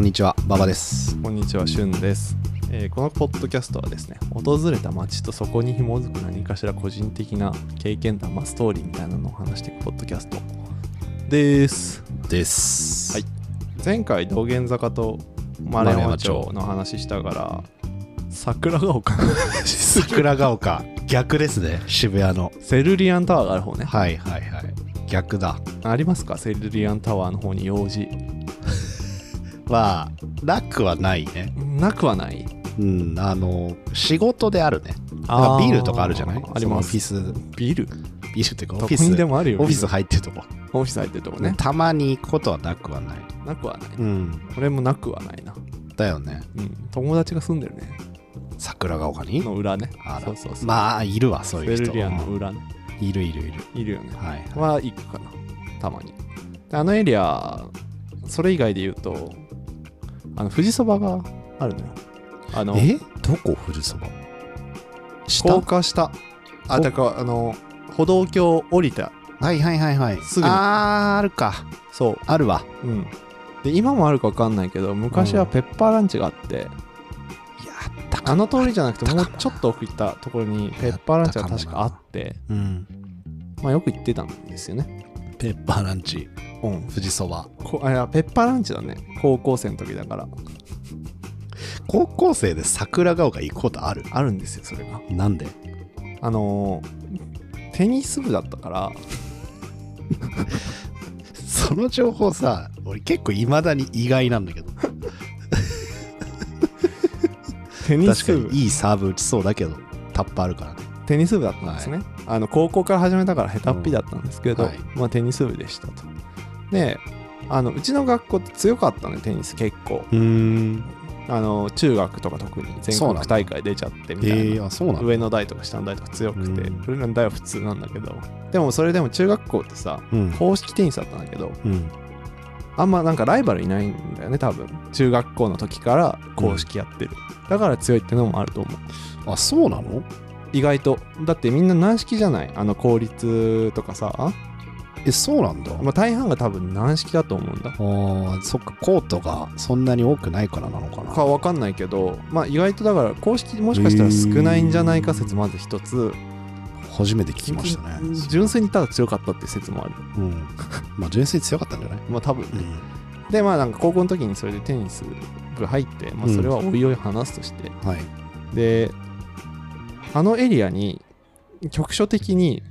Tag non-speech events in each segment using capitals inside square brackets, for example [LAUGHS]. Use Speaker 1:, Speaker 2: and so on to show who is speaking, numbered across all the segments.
Speaker 1: んにちは馬場です
Speaker 2: こんにちは、しゅんです、えーこのポッドキャストはですね、訪れた街とそこに紐づく何かしら個人的な経験談、まあ、ストーリーみたいなのを話していくポッドキャストです。
Speaker 1: です
Speaker 2: はい前回、道玄坂と丸山町の話したから、桜が丘の [LAUGHS] 話す
Speaker 1: [LAUGHS]
Speaker 2: る
Speaker 1: 桜ヶ丘逆ですね渋谷の
Speaker 2: セルリアンタワーがある方ね。
Speaker 1: はいはいはい逆だ
Speaker 2: ありますかセルリアンタワーの方に用事。
Speaker 1: まあなくはないね
Speaker 2: なくはない。
Speaker 1: うんあの仕事であるねなんかビルとかあるじゃない
Speaker 2: あります。
Speaker 1: そのオフィス
Speaker 2: ビル
Speaker 1: ビルっていうかオ
Speaker 2: ど
Speaker 1: フ
Speaker 2: こ
Speaker 1: ィス
Speaker 2: にでもあるよ。
Speaker 1: オフィス
Speaker 2: ビ
Speaker 1: 入ってるとこ、
Speaker 2: ルオフィス入ってるとこね。
Speaker 1: たまに行くことはなくはない
Speaker 2: なくはない。
Speaker 1: うん
Speaker 2: これもなくはないな。
Speaker 1: だよね
Speaker 2: うん、友達が住んでるね。
Speaker 1: 桜ヶ丘に
Speaker 2: の裏ね。
Speaker 1: あら
Speaker 2: そうそうそう。
Speaker 1: まあいるわそういう
Speaker 2: セ
Speaker 1: 人
Speaker 2: ルリアンの
Speaker 1: うん
Speaker 2: 裏ね。
Speaker 1: いるいるいる
Speaker 2: いるよね。
Speaker 1: はい
Speaker 2: は行くかな。たまに。であのエリア、それ以外で言うと、あの、富士そばがあるのよ。あの、
Speaker 1: えどこ富士そば
Speaker 2: 高架下。あ、
Speaker 1: お
Speaker 2: だから、あの、歩道橋降りた。
Speaker 1: はいはいはいはい
Speaker 2: すぐに
Speaker 1: あーあるか
Speaker 2: そ
Speaker 1: あるわ
Speaker 2: う。うん。で、今もあるか分かんないけど、昔はペッパーランチがあって、
Speaker 1: いやあった
Speaker 2: あの通りじゃなくて、も
Speaker 1: あ
Speaker 2: う
Speaker 1: ったかも
Speaker 2: ちょっと奥行ったところに、ペッパーランチが確かあって、
Speaker 1: うん
Speaker 2: まあ、よく行ってたんですよね。
Speaker 1: ペッパーランチ
Speaker 2: うん。
Speaker 1: 富士そば
Speaker 2: こあいやペッパーランチだね高校生の時だから
Speaker 1: 高校生で桜ヶ丘行くことある
Speaker 2: あるんですよそれが
Speaker 1: なんで
Speaker 2: あのーテニス部だったから
Speaker 1: その情報さ俺結構いまだに意外なんだけど
Speaker 2: テニ
Speaker 1: 確か
Speaker 2: ス部
Speaker 1: にいいサーブ打ちそうだけどタッパあるからね
Speaker 2: テニス部だったんですね、あの高校から始めたから下手っぴだったんですけど、
Speaker 1: うんはい
Speaker 2: まあ、テニス部でしたとであのうちの学校って強かったねテニス結構
Speaker 1: うん
Speaker 2: あの中学とか特に全
Speaker 1: そう
Speaker 2: 国
Speaker 1: なんだ
Speaker 2: 大会出ちゃってみたいな
Speaker 1: えー、あそうなんだ
Speaker 2: 上の代とか下の代とか強くて、
Speaker 1: うん
Speaker 2: 俺らの代は普通なんだけどでもそれでも中学校ってさ
Speaker 1: うん
Speaker 2: 公式テニスだったんだけど
Speaker 1: うん
Speaker 2: あんまなんかライバルいないんだよね多分中学校の時から公式やってる、だから強いってのもあると思う
Speaker 1: あそうなの
Speaker 2: 意外とだってみんな軟式じゃないあの公立とかさ、
Speaker 1: えそうなんだ、
Speaker 2: まあ、大半が多分軟式だと思うんだ
Speaker 1: あーそっかコートがそんなに多くないからなのかな
Speaker 2: かわかんないけどまあ意外とだから公式もしかしたら少ないんじゃないか説まず一つ
Speaker 1: 初めて聞きましたね
Speaker 2: 純粋にただ強かったっていう説もある
Speaker 1: うんまあ純粋に強かったんじゃない
Speaker 2: まあ多分
Speaker 1: う
Speaker 2: ね、
Speaker 1: ん
Speaker 2: でまあなんか高校の時にそれでテニス部入って、まあ、それはおいおい話すとして、
Speaker 1: はい
Speaker 2: であのエリアに局所的に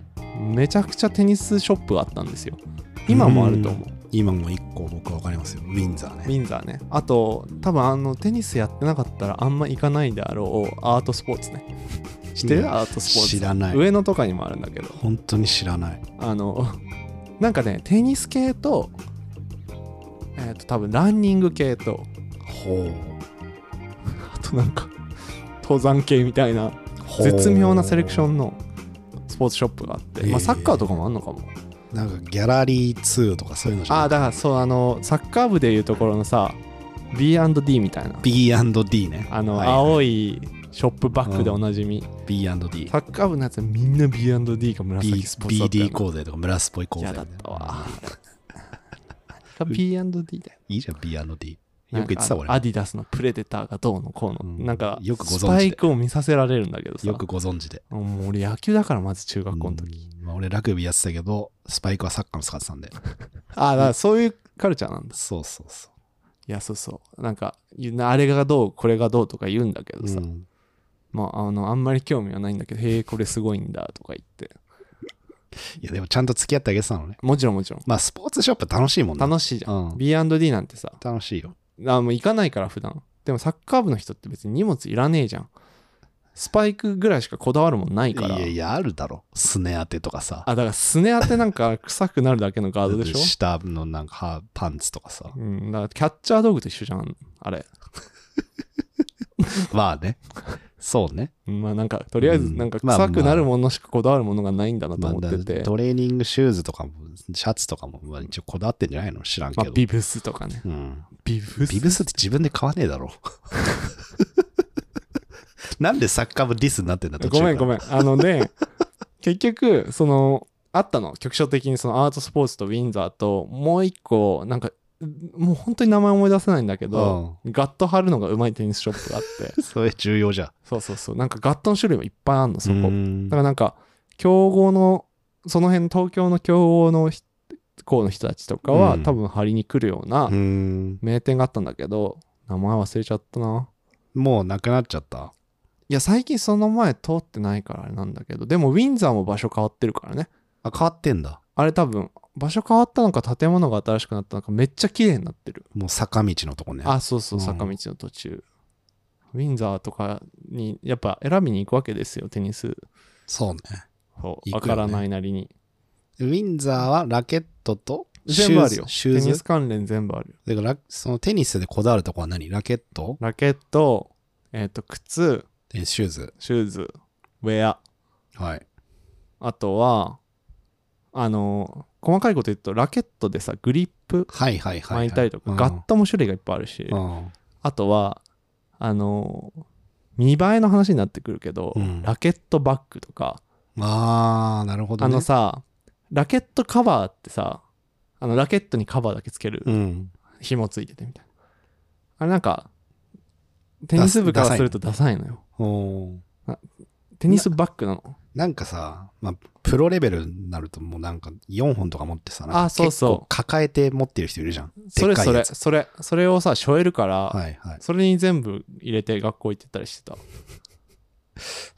Speaker 2: めちゃくちゃテニスショップがあったんですよ今もあると思う
Speaker 1: 今も一個僕わかりますよウィンザー
Speaker 2: ウ
Speaker 1: ね
Speaker 2: ィンザーねあと多分あのテニスやってなかったらあんま行かないであろうアートスポーツね知って
Speaker 1: うん
Speaker 2: るアートスポーツ
Speaker 1: 知らない
Speaker 2: 上野とかにもあるんだけど
Speaker 1: 本当に知らない
Speaker 2: あのなんかねテニス系とえっ、と多分ランニング系と
Speaker 1: ほう
Speaker 2: あとなんか登山系みたいな絶妙なセレクションのスポーツショップがあって、ま
Speaker 1: へえ
Speaker 2: あ、サッカーとかもあんのかも、
Speaker 1: なんかギャラリー2とかそういうのじゃ
Speaker 2: あ
Speaker 1: な
Speaker 2: あ
Speaker 1: い
Speaker 2: だからそうあのサッカー部でいうところのさ B&D みたいな
Speaker 1: B&D ね
Speaker 2: あの、
Speaker 1: はいはい
Speaker 2: 青いショップバッグでおなじみ、
Speaker 1: B&D
Speaker 2: サッカー部のやつはみんな B&D が紫
Speaker 1: B
Speaker 2: スポーツだったよ
Speaker 1: BD 構成とか村スポイ構成
Speaker 2: 嫌
Speaker 1: みた
Speaker 2: だ
Speaker 1: い
Speaker 2: っ
Speaker 1: な
Speaker 2: たわ何が B&D だよ
Speaker 1: いいじゃん B&D よく言ってた
Speaker 2: なん
Speaker 1: 俺
Speaker 2: かアディダスのプレデターがどうのこうの、
Speaker 1: うん
Speaker 2: なんか
Speaker 1: よくご存知で
Speaker 2: スパイクを見させられるんだけどさ
Speaker 1: よくご存知で
Speaker 2: もう俺野球だからまず中学校の時、
Speaker 1: うんまあ俺ラグビーやってたけどスパイクはサッカーも使ってたんで
Speaker 2: ああだからそういうカルチャーなんだ
Speaker 1: そうそうそ
Speaker 2: いやそうそうなんか言うなあれがどうこれがどうとか言うんだけど
Speaker 1: う
Speaker 2: さ、
Speaker 1: うん
Speaker 2: まああのあんまり興味はないんだけどへえこれすごいんだとか言って
Speaker 1: いやでもちゃんと付き合ってあげてたのね
Speaker 2: もちろんもちろん
Speaker 1: まあスポーツショップ楽しいもんね
Speaker 2: 楽しいじゃん、
Speaker 1: うん
Speaker 2: B&D なんてさ
Speaker 1: 楽しいよ
Speaker 2: あもう行かないから普段でもサッカー部の人って別に荷物いらねえじゃんスパイクぐらいしかこだわるもんない
Speaker 1: い
Speaker 2: から
Speaker 1: やいやあるだろすね当てとかさ
Speaker 2: あだからすね当てなんか臭くなるだけのガードでしょ
Speaker 1: 下のなんかはパンツとかさ
Speaker 2: うん、だからキャッチャー道具と一緒じゃんあれ
Speaker 1: まあねそうね
Speaker 2: まあなんかとりあえずなんか
Speaker 1: うんまあまあ
Speaker 2: 臭くなるものしかこだわるものがないんだなと
Speaker 1: まあ
Speaker 2: 思ってて、
Speaker 1: トレーニングシューズとかもシャツとかもまあ一応こだわってんじゃないの知らんけ
Speaker 2: ま
Speaker 1: ど、
Speaker 2: あ、ビブスとかね
Speaker 1: うん、
Speaker 2: ビブス
Speaker 1: ビブスって自分で買わねえだろ [LAUGHS] なんでサッカー部ディスになってんだ途中
Speaker 2: ごめんご
Speaker 1: ん
Speaker 2: めん。あのね、 [LAUGHS] 結局、その、あったの。局所的にそのアートスポーツとウィンザーと、もう一個、なんか、もう本当に名前思い出せないんだけど、
Speaker 1: う
Speaker 2: ガット貼るのがうまいテニスショップが
Speaker 1: [LAUGHS]
Speaker 2: あって、
Speaker 1: ん。それ重要じゃん。
Speaker 2: そうそうそう、なんかガットの種類もいっぱいあるの、そこ。
Speaker 1: う
Speaker 2: だ
Speaker 1: ん
Speaker 2: からなんか、競合の、その辺、東京の競合のひ校の人たちとかは、
Speaker 1: うん
Speaker 2: 多分貼りに来るような
Speaker 1: うん。
Speaker 2: 名店があったんだけど、名前忘れちゃったな。
Speaker 1: もうなくなっちゃった。
Speaker 2: いや、最近その前通ってないからあれなんだけど、でもウィンザーも場所変わってるからね。
Speaker 1: あ、変わってんだ。
Speaker 2: あれ多分、場所変わったのか建物が新しくなったのかめっちゃ綺麗になってる。
Speaker 1: もう坂道のとこね。
Speaker 2: あ、そうそう、
Speaker 1: うん
Speaker 2: 坂道の途中。ウィンザーとかにやっぱ選びに行くわけですよ、テニス。
Speaker 1: そうね。行
Speaker 2: そう、
Speaker 1: くよね
Speaker 2: わからないなりに。
Speaker 1: ウィンザーはラケットとシューズ
Speaker 2: 全部あるよ。
Speaker 1: シ
Speaker 2: テ
Speaker 1: ューズ
Speaker 2: ニス関連全部あるよ。
Speaker 1: だからラそのテニスでこだわるとこは何ラケット
Speaker 2: ラケット、えっ、と、靴、
Speaker 1: でシューズ。
Speaker 2: シューズ、ウェア。
Speaker 1: はい。
Speaker 2: あとは、あのー細かいこと言うと、ラケットでさ、グリップ
Speaker 1: はいはいはい、はい。
Speaker 2: 巻いたりとか、
Speaker 1: うん
Speaker 2: ガットも種類がいっぱいあるし、
Speaker 1: うん
Speaker 2: あとは、あのー見栄えの話になってくるけど、
Speaker 1: うん
Speaker 2: ラケットバッグとか、
Speaker 1: あー、なるほど、
Speaker 2: あ
Speaker 1: ね。
Speaker 2: のさ、ラケットカバーってさ、あのラケットにカバーだけつける、
Speaker 1: うん。
Speaker 2: 紐ついててみたいな。あれなんか、テニス部からするとダサいのよ。
Speaker 1: おー
Speaker 2: テニスバッグなの。
Speaker 1: なんかさ、まあ、プロレベルになるともうなんか4本とか持ってさ、なんか
Speaker 2: あそうそう
Speaker 1: 結構抱えて持ってる人いるじゃん。
Speaker 2: それ
Speaker 1: でっ
Speaker 2: そ
Speaker 1: かいや
Speaker 2: れ、
Speaker 1: つ
Speaker 2: それ、それをさ、しょえるから、
Speaker 1: はいはい。
Speaker 2: それに全部入れて学校行ってたりしてた。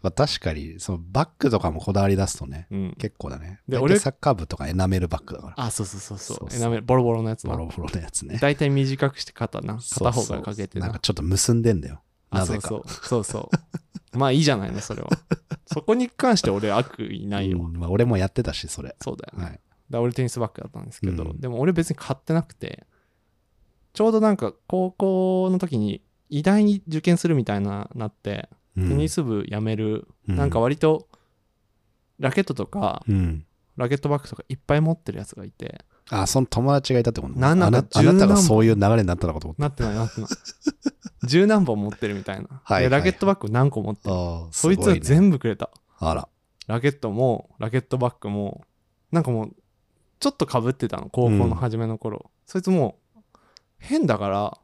Speaker 1: まあ、確かに、そのバッグとかもこだわり出すとね、
Speaker 2: うん。
Speaker 1: 結構だね。で、
Speaker 2: で俺
Speaker 1: 俺サッカー部とかエナメルバッグだから。
Speaker 2: あ、そうそうそうそう。
Speaker 1: そうそう
Speaker 2: エナメルボロボロのやつ
Speaker 1: ボ
Speaker 2: な
Speaker 1: ロ。ボロのやつね。
Speaker 2: 大体短くして肩な。片方からかけて
Speaker 1: な
Speaker 2: な。
Speaker 1: んかちょっと結んでんだよ。な
Speaker 2: あ、そ
Speaker 1: ぜ
Speaker 2: う
Speaker 1: か。
Speaker 2: そう。そうそう。 [LAUGHS] まあいいじゃないの、それは。そこに関して俺悪意ないよ。
Speaker 1: うんまあ、俺もやってたし、それ。
Speaker 2: そうだよね。
Speaker 1: はい。
Speaker 2: だから俺テニスバッグだったんですけど、
Speaker 1: うん
Speaker 2: でも俺別に買ってなくてちょうどなんか高校の時に医大に受験するみたいななって、
Speaker 1: うん
Speaker 2: テニス部辞める、
Speaker 1: うん
Speaker 2: なんか割とラケットとか、
Speaker 1: うん。
Speaker 2: ラケットバッグとかいっぱい持ってるやつがいて
Speaker 1: あ、その友達がいたってこと
Speaker 2: なんな
Speaker 1: あ
Speaker 2: ん
Speaker 1: な
Speaker 2: か
Speaker 1: あなたが
Speaker 2: 十何
Speaker 1: そういう流れになったのかと思った。
Speaker 2: なってないな
Speaker 1: [LAUGHS]
Speaker 2: ってない十何本持ってるみたい
Speaker 1: は
Speaker 2: な、
Speaker 1: い
Speaker 2: で
Speaker 1: はいは
Speaker 2: ラ
Speaker 1: い
Speaker 2: ケットバッグ何個持ってる
Speaker 1: ああ、す
Speaker 2: そ
Speaker 1: ご
Speaker 2: い
Speaker 1: い、
Speaker 2: つは
Speaker 1: ね。
Speaker 2: 全部くれた
Speaker 1: あ
Speaker 2: [LAUGHS]
Speaker 1: ら。
Speaker 2: ラケットもラケットバッグもなんかもうちょっとかぶってたの高校の初めの頃、そいつもう変だから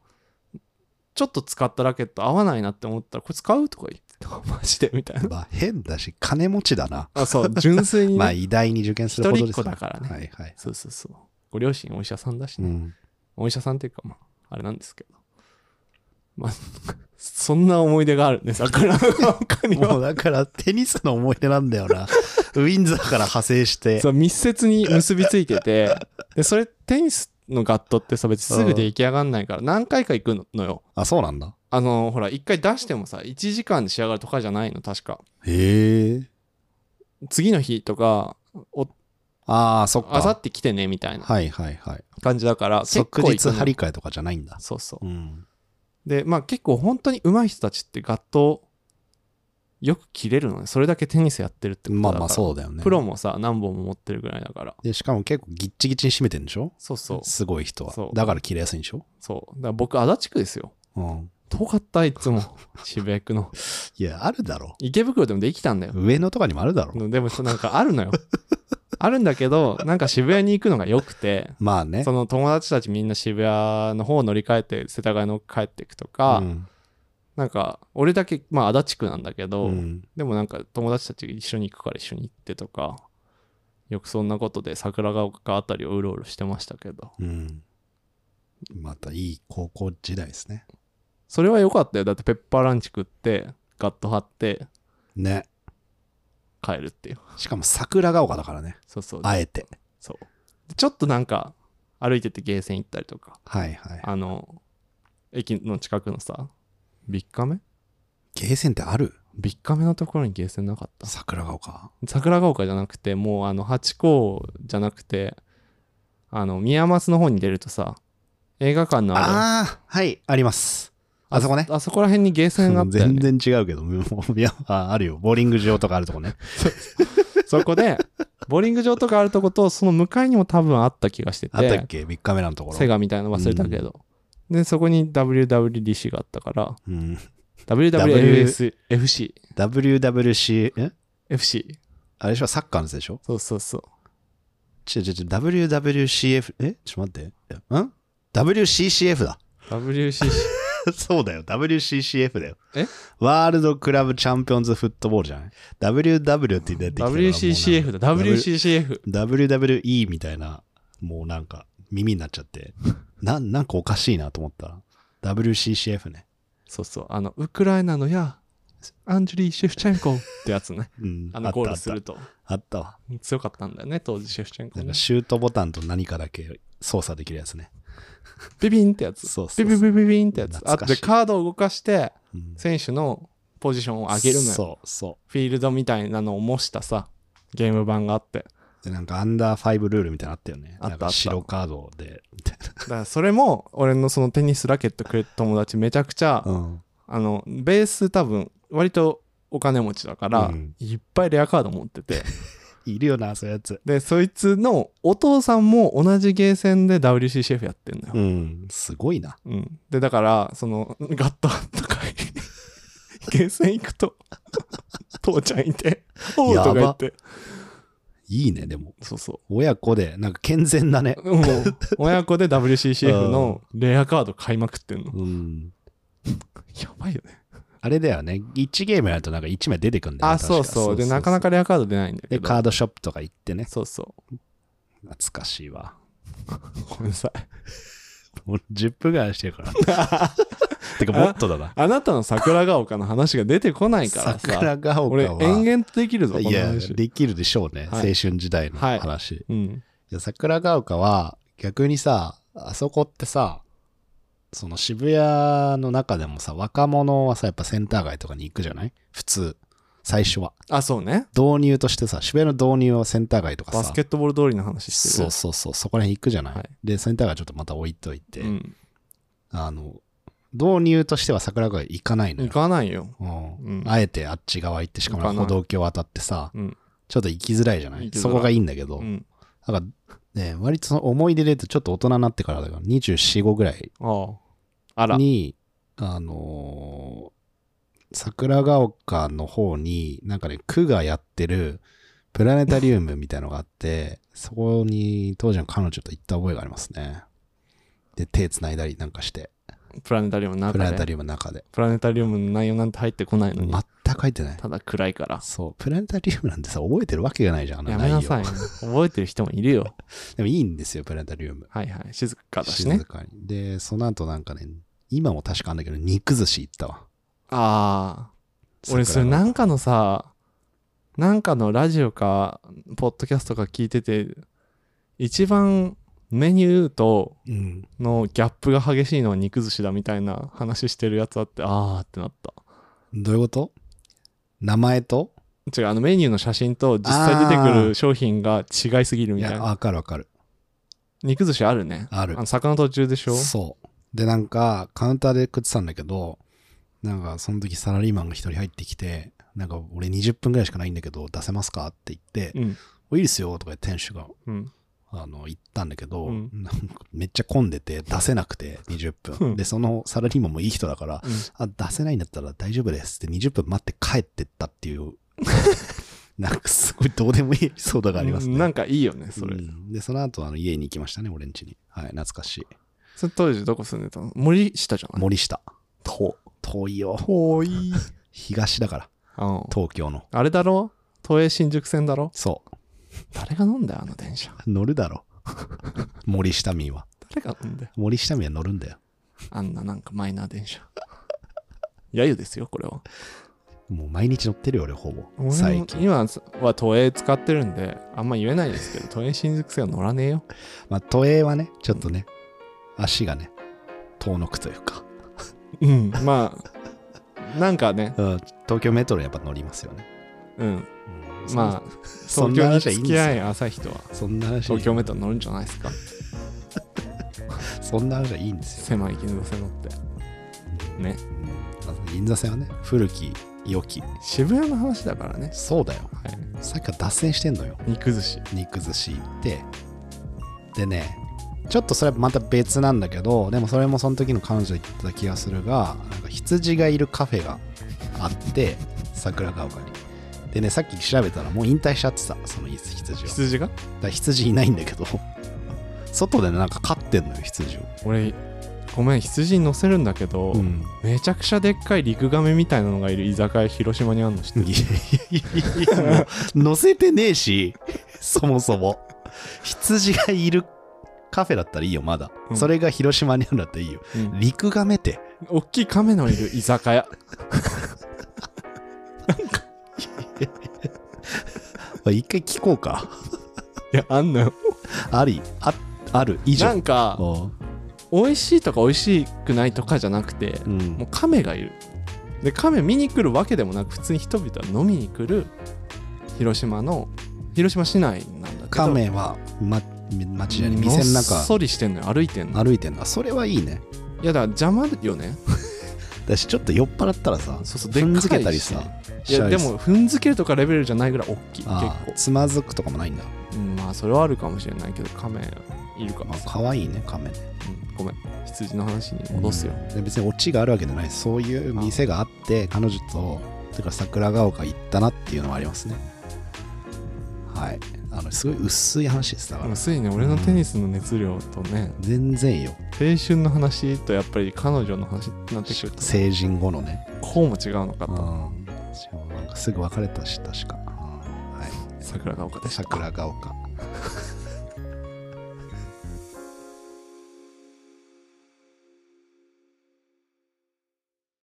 Speaker 2: ちょっと使ったラケット合わないなって思ったらこれ使うとか言って [LAUGHS] マジでみたいな
Speaker 1: まあ、変だし、金持ちだな。
Speaker 2: あそう純粋にね、
Speaker 1: まあ、偉大に受験す
Speaker 2: 一
Speaker 1: るほど
Speaker 2: 人
Speaker 1: で
Speaker 2: っ
Speaker 1: す
Speaker 2: 子だからね、
Speaker 1: はいはい。
Speaker 2: そうそうそうご両親お医者さんだし
Speaker 1: う
Speaker 2: ね、
Speaker 1: ん。
Speaker 2: お医者さんっていうかまああれなんですけどまあ [LAUGHS] そんな思い出があるね桜の中に
Speaker 1: も
Speaker 2: は
Speaker 1: うだから、テニスの思い出なんだよ
Speaker 2: [LAUGHS]
Speaker 1: な。ウィンザーから派生して
Speaker 2: そ。う密接に結びついててでそれテニスのガットってさ別にすぐ出来上がんないから何回か行くのよ
Speaker 1: あ、そうなんだ。
Speaker 2: あのほら一回出してもさ1時間で仕上がるとかじゃないの確か
Speaker 1: へえ。
Speaker 2: 次の日とかお
Speaker 1: ああ、そっ
Speaker 2: あさ
Speaker 1: か。
Speaker 2: って来てねみたいな
Speaker 1: はいはいはい。
Speaker 2: 感じだから結
Speaker 1: 即
Speaker 2: 構行く
Speaker 1: 日
Speaker 2: の
Speaker 1: 張り替えとかじゃないんだ。
Speaker 2: そうそう
Speaker 1: うん。
Speaker 2: でまあ結構本当に上手い人たちってガットよく切れるのねそれだけテニスやってるってことだ
Speaker 1: ま
Speaker 2: か
Speaker 1: あ
Speaker 2: ら
Speaker 1: まあ、そうだよね。
Speaker 2: プロもさ何本も持ってるぐらいだから
Speaker 1: で、しかも結構ギッチギチに締めてんでしょ
Speaker 2: そうそう
Speaker 1: すごい人は
Speaker 2: そ。う
Speaker 1: だから切れやすいんでしょ
Speaker 2: そうだから僕足立区ですよ
Speaker 1: うん。
Speaker 2: 遠かったいつも渋谷区の
Speaker 1: いや、あるだろ。
Speaker 2: 池袋でもできたんだよ。
Speaker 1: 上野とかにもあるだろ。
Speaker 2: でもそうなんかあるのよ。
Speaker 1: [LAUGHS]
Speaker 2: あるんだけど、なんか渋谷に行くのが良くて、
Speaker 1: まあね。
Speaker 2: その友達たちみんな渋谷の方を乗り換えて世田谷の帰っていくとか、
Speaker 1: うん
Speaker 2: なんか俺だけ、まあ足立区なんだけど、
Speaker 1: うん
Speaker 2: でもなんか友達たち一緒に行くから一緒に行ってとか、よくそんなことで桜ヶ丘あたりをうろうろしてましたけど、
Speaker 1: うん。またいい高校時代ですね。
Speaker 2: それは良かったよ。だってペッパーランチ食って、ガッと張って
Speaker 1: ね。
Speaker 2: 帰るっていう。
Speaker 1: しかも桜ヶ丘だからね。
Speaker 2: そうそう。
Speaker 1: あえて。
Speaker 2: そう。でちょっとなんか歩いててゲーセン行ったりとか、
Speaker 1: はいはい。
Speaker 2: あの、駅の近くのさ、3日目
Speaker 1: ゲーセンってある
Speaker 2: ?3 日目のところにゲーセンなかった。
Speaker 1: 桜ヶ丘。
Speaker 2: 桜ヶ丘じゃなくて、もうあの、八甲じゃなくて、あの、宮益の方に出るとさ、映画館のある、
Speaker 1: ああー、はい、あります。あそこね。
Speaker 2: あそこら辺にゲーセンがあったよ
Speaker 1: [LAUGHS] 全
Speaker 2: ね。
Speaker 1: 然違うけど、もういや、ああるよ。ボーリング場とかあるとこね。
Speaker 2: そこで、ボーリング場とかあるとこと、その向かいにも多分あった気がしてて、
Speaker 1: あったっけ ?3 日目のところ。
Speaker 2: セガみたいなの忘れたけど。で、そこに WWDC があったから、
Speaker 1: うん。
Speaker 2: WWFC。
Speaker 1: WWC、え
Speaker 2: FC。
Speaker 1: あれでしょサッカーのやつでしょ
Speaker 2: そうそうそう。
Speaker 1: ちょちょちょ、WWCF、えちょっと待って。ん WCCF だ。
Speaker 2: WCC
Speaker 1: [LAUGHS] そうだよ。WCCF だよ。
Speaker 2: え
Speaker 1: ワールドクラブチャンピオンズフットボールじゃない ?WW って出てきたらもうなんか
Speaker 2: WCCF だ WCCF
Speaker 1: WWE みたいな、もうなんか耳になっちゃ
Speaker 2: [LAUGHS]
Speaker 1: って、な、なんかおかしいなと思ったら、WCCF ね。
Speaker 2: そうそうあのウクライナのやアンジュリー・シェフチェンコってや
Speaker 1: [LAUGHS]
Speaker 2: つね
Speaker 1: うん。
Speaker 2: あの
Speaker 1: った
Speaker 2: ゴー
Speaker 1: あ
Speaker 2: ル
Speaker 1: っ
Speaker 2: す
Speaker 1: た
Speaker 2: ると
Speaker 1: あったわ。
Speaker 2: 強かったんだよね当時シェフチェンコ
Speaker 1: なん
Speaker 2: ね
Speaker 1: かシュートボタンと何かだけ操作できるやつね。
Speaker 2: ビビンってやつ
Speaker 1: そうそうそう
Speaker 2: ビビビビビンってやつあ
Speaker 1: 懐か
Speaker 2: と
Speaker 1: しい
Speaker 2: でカードを動かして
Speaker 1: うん
Speaker 2: 選手のポジションを上げるのよ
Speaker 1: そうそ
Speaker 2: フィールドみたいなのを模したさゲーム版があって
Speaker 1: う。で、なんかアンダー5ルールみたいなのあったよね。
Speaker 2: あった
Speaker 1: なんか
Speaker 2: あった
Speaker 1: 白カードで、みたい
Speaker 2: だからそれも俺のそのテニスラケットくれた友達めちゃくちゃ、
Speaker 1: な。うん。
Speaker 2: あのベース多分割とお金持ちだから、
Speaker 1: うん
Speaker 2: いっぱいレアカード持ってて
Speaker 1: いるよな、そういうやつ。
Speaker 2: でそいつのお父さんも同じゲーセンで WCCF やってんの
Speaker 1: う
Speaker 2: よ、
Speaker 1: ん。すごいな。
Speaker 2: うんでだからそのガッとあったかい [LAUGHS] ゲーセン行くと父ちゃんいて「おう」とか言って
Speaker 1: いいね、でも。
Speaker 2: そうそう
Speaker 1: 親子で、なんか健全だね。
Speaker 2: もう親子で WCCF のレアカード買いまくってんの
Speaker 1: うん。
Speaker 2: やばいよね
Speaker 1: あれだよね。1ゲームやるとなんか1枚出てくんだよね
Speaker 2: あそうそうでなかな。か
Speaker 1: 確
Speaker 2: レアカード出ないんだけ
Speaker 1: で、
Speaker 2: ど
Speaker 1: カードショップとか行ってね。
Speaker 2: そうそ
Speaker 1: 懐かしいわ。
Speaker 2: うごめんな [LAUGHS] さい
Speaker 1: もう10分ぐらいしてるから。
Speaker 2: [LAUGHS]
Speaker 1: てか、もっとだな。
Speaker 2: あなたの桜ヶ丘の話が出てこないからさ
Speaker 1: 桜ヶ丘
Speaker 2: 俺
Speaker 1: は。
Speaker 2: 延々とできるぞこの
Speaker 1: いや、
Speaker 2: 話
Speaker 1: できるでしょうね。
Speaker 2: はい
Speaker 1: 青春時代の話。い
Speaker 2: うん
Speaker 1: や、桜ヶ丘は、逆にさ、あそこってさ、その渋谷の中でもさ、若者はさ、やっぱセンター街とかに行くじゃない普通。最初は。
Speaker 2: あそうね
Speaker 1: 導入としてさ、渋谷の導入はセンター街とかさ、
Speaker 2: バスケットボール通りの話して
Speaker 1: そ
Speaker 2: る
Speaker 1: うそうそう、そこら辺行くじゃない。
Speaker 2: はい
Speaker 1: で、センター街ちょっとまた置いといて、
Speaker 2: うん
Speaker 1: あの、導入としては桜川行かないの
Speaker 2: 行
Speaker 1: よ。
Speaker 2: かないよ
Speaker 1: うん
Speaker 2: うん
Speaker 1: あえてあっち側行って、しか
Speaker 2: 行
Speaker 1: も
Speaker 2: かない
Speaker 1: 歩道橋渡ってさ、
Speaker 2: うん
Speaker 1: ちょっと行きづらいじゃない
Speaker 2: 行きづらい
Speaker 1: そこがいいんだけど、
Speaker 2: うん
Speaker 1: なんかね、割とその思い出で言うと、ちょっと大人になってからだから、24、5ぐらい
Speaker 2: あああら
Speaker 1: に、あのー桜ヶ丘の方に、なんかね、区がやってるプラネタリウムみたいのがあって、そこに当時の彼女と行った覚えがありますね。で、手繋いだりなんかして、
Speaker 2: プラネタリウムの
Speaker 1: プラ
Speaker 2: 中
Speaker 1: ネタ
Speaker 2: で
Speaker 1: リウムの中で。
Speaker 2: プラネタリウムの内容なんて入ってこないのに
Speaker 1: 全く入ってない。
Speaker 2: ただ暗いから
Speaker 1: そう、プラネタリウムなんてさ、覚えてるわけがないじゃん、あの
Speaker 2: やめなさ
Speaker 1: 内
Speaker 2: い覚えてる人もいるよ
Speaker 1: 容
Speaker 2: [LAUGHS]
Speaker 1: でもいいんですよ、プラネタリウム。
Speaker 2: はいはい静かだしね
Speaker 1: 静かに。で、その後なんかね、今も確かあんだけど、肉寿司行ったわ。
Speaker 2: ああ俺そ
Speaker 1: 桜
Speaker 2: れな
Speaker 1: の
Speaker 2: んかのさなんかのラジオかポッドキャストか聞いてて一番メニューと
Speaker 1: うん。
Speaker 2: のギャップが激しいのは肉寿司だみたいな話してるやつあってあーってなった
Speaker 1: どういうこと名前と
Speaker 2: 違うあのメニューの写真と実際出てくる商品が違いすぎる
Speaker 1: い
Speaker 2: みたい
Speaker 1: や、
Speaker 2: な
Speaker 1: わかるわかる。
Speaker 2: 肉寿司あるね
Speaker 1: あ
Speaker 2: あ
Speaker 1: る。
Speaker 2: の魚途中でしょ
Speaker 1: そう。で、なんか、カウンターで食ってたんだけど、なんか、その時サラリーマンが一人入ってきて、なんか、俺20分ぐらいしかないんだけど、出せますかって言って、
Speaker 2: うん
Speaker 1: おいいですよとか店主が、
Speaker 2: うん
Speaker 1: あの、言ったんだけど、
Speaker 2: うん
Speaker 1: なんかめっちゃ混んでて、出せなくて、20
Speaker 2: う
Speaker 1: 分。
Speaker 2: ん
Speaker 1: で、そのサラリーマンもいい人だから、
Speaker 2: うん
Speaker 1: あ、出せないんだったら大丈夫ですって20分待って帰ってったって
Speaker 2: [LAUGHS]
Speaker 1: いう、なんかすごいどうでもいいエピソードがありますね。
Speaker 2: うんなんかいいよねそれ、
Speaker 1: うんで、その後、あの、家に行きましたね、俺ん家に。はい、懐かしい。
Speaker 2: それ当時どこ住んでたの森下じゃない
Speaker 1: 森下。
Speaker 2: 遠
Speaker 1: 遠いよ。
Speaker 2: 遠い
Speaker 1: 東だから、
Speaker 2: あ
Speaker 1: 東京の。
Speaker 2: あれだろ都営新宿線だろ
Speaker 1: そ
Speaker 2: 誰が飲んだよあの電車
Speaker 1: う。乗るだ
Speaker 2: [LAUGHS]
Speaker 1: ろ。森下民は。
Speaker 2: 誰が飲んだよ
Speaker 1: 森下民は乗るんだよ。
Speaker 2: あんななんかマイナー電車やゆですよこれは
Speaker 1: もう毎日乗ってるよ、俺、ほ
Speaker 2: 俺
Speaker 1: ぼ。
Speaker 2: も
Speaker 1: 最近。
Speaker 2: 今は都営使ってるんであんま言えないですけど都営新宿線は乗らねえよ
Speaker 1: まあ、都営はね、ちょっとね、足がね、遠のくというか、
Speaker 2: うんまあなんかね
Speaker 1: うん東京メトロやっぱ乗りますよね。
Speaker 2: うん
Speaker 1: うん
Speaker 2: まあ
Speaker 1: そ
Speaker 2: 東
Speaker 1: ん
Speaker 2: 京
Speaker 1: な
Speaker 2: に
Speaker 1: 話はいい
Speaker 2: 付
Speaker 1: ん
Speaker 2: き
Speaker 1: です
Speaker 2: 合
Speaker 1: よ。
Speaker 2: い朝日とは
Speaker 1: そんな話はいい
Speaker 2: 東京メトロ乗るんじゃないですか
Speaker 1: そんな話はいいんですよ。
Speaker 2: 狭い銀座線乗ってね
Speaker 1: うんまず銀座線はね、古き良き。
Speaker 2: 渋谷の話だからね
Speaker 1: そうだよ。
Speaker 2: はい
Speaker 1: さっきから脱線してんのよ。
Speaker 2: 肉寿司
Speaker 1: 肉寿司行ってでねちょっとそれはまた別なんだけどでもそれもその時の彼女行ってた気がするがなんか羊がいるカフェがあって桜ヶ丘にでねさっき調べたらもう引退しちゃってたその羊はだか
Speaker 2: 羊が
Speaker 1: ら羊いないんだけど外でなんか飼ってんのよ羊を、
Speaker 2: 俺ごめん羊に乗せるんだけど、
Speaker 1: うん、
Speaker 2: めちゃくちゃでっかいリクガメみたいなのがいる居酒屋広島にあるの知ってる
Speaker 1: いやいやいやいや [LAUGHS] 乗せてねえしそもそも羊がいるカフェだったらいいよまだ、
Speaker 2: うん
Speaker 1: それが広島にあるんだったらいいよ
Speaker 2: うん
Speaker 1: 陸がめて
Speaker 2: おっきい亀のいる居酒屋
Speaker 1: まあ一回聞こうか
Speaker 2: [LAUGHS] いやあんのよ
Speaker 1: ありあある以
Speaker 2: な
Speaker 1: 上
Speaker 2: んか美味しいとか美味しくないとかじゃなくて
Speaker 1: うんうん
Speaker 2: もう亀がいるで亀見に来るわけでもなく普通に人々は飲みに来る広島の広島市内なんだけど
Speaker 1: カメは、ま、街じゃない店の
Speaker 2: のっ
Speaker 1: 中
Speaker 2: そりしてんのよ歩いてんの
Speaker 1: 歩いてんだそれはいいね
Speaker 2: いやだから邪魔よね
Speaker 1: 私ちょっと酔っ払ったらさ
Speaker 2: そうそう
Speaker 1: 踏んづけたり
Speaker 2: でっ
Speaker 1: さ
Speaker 2: か
Speaker 1: しち
Speaker 2: い
Speaker 1: ゃ
Speaker 2: や
Speaker 1: う
Speaker 2: で
Speaker 1: し
Speaker 2: も踏んづけるとかレベルじゃないぐらい大きい結
Speaker 1: あー
Speaker 2: 構
Speaker 1: つまずくとかもないんだ、
Speaker 2: うんまあそれはあるかもしれないけど亀いるか
Speaker 1: ま
Speaker 2: ら
Speaker 1: あ、
Speaker 2: さ
Speaker 1: かわいいねカメね
Speaker 2: うんごめん羊の話に戻すよ、
Speaker 1: で別にオチがあるわけじゃないそういう店があって彼女とてか桜ヶ丘行ったなっていうのはありますねはいあのすごい薄い話ですだか
Speaker 2: で
Speaker 1: ら
Speaker 2: もついね俺のテニスの熱量とね
Speaker 1: 全然よ
Speaker 2: 青春の話とやっぱり彼女の話になってくると
Speaker 1: 成人後のね
Speaker 2: こうも違うのか
Speaker 1: う
Speaker 2: と
Speaker 1: んしかもなんかすぐ別れたし確か、うんはい
Speaker 2: 桜が丘でした
Speaker 1: 桜ヶ丘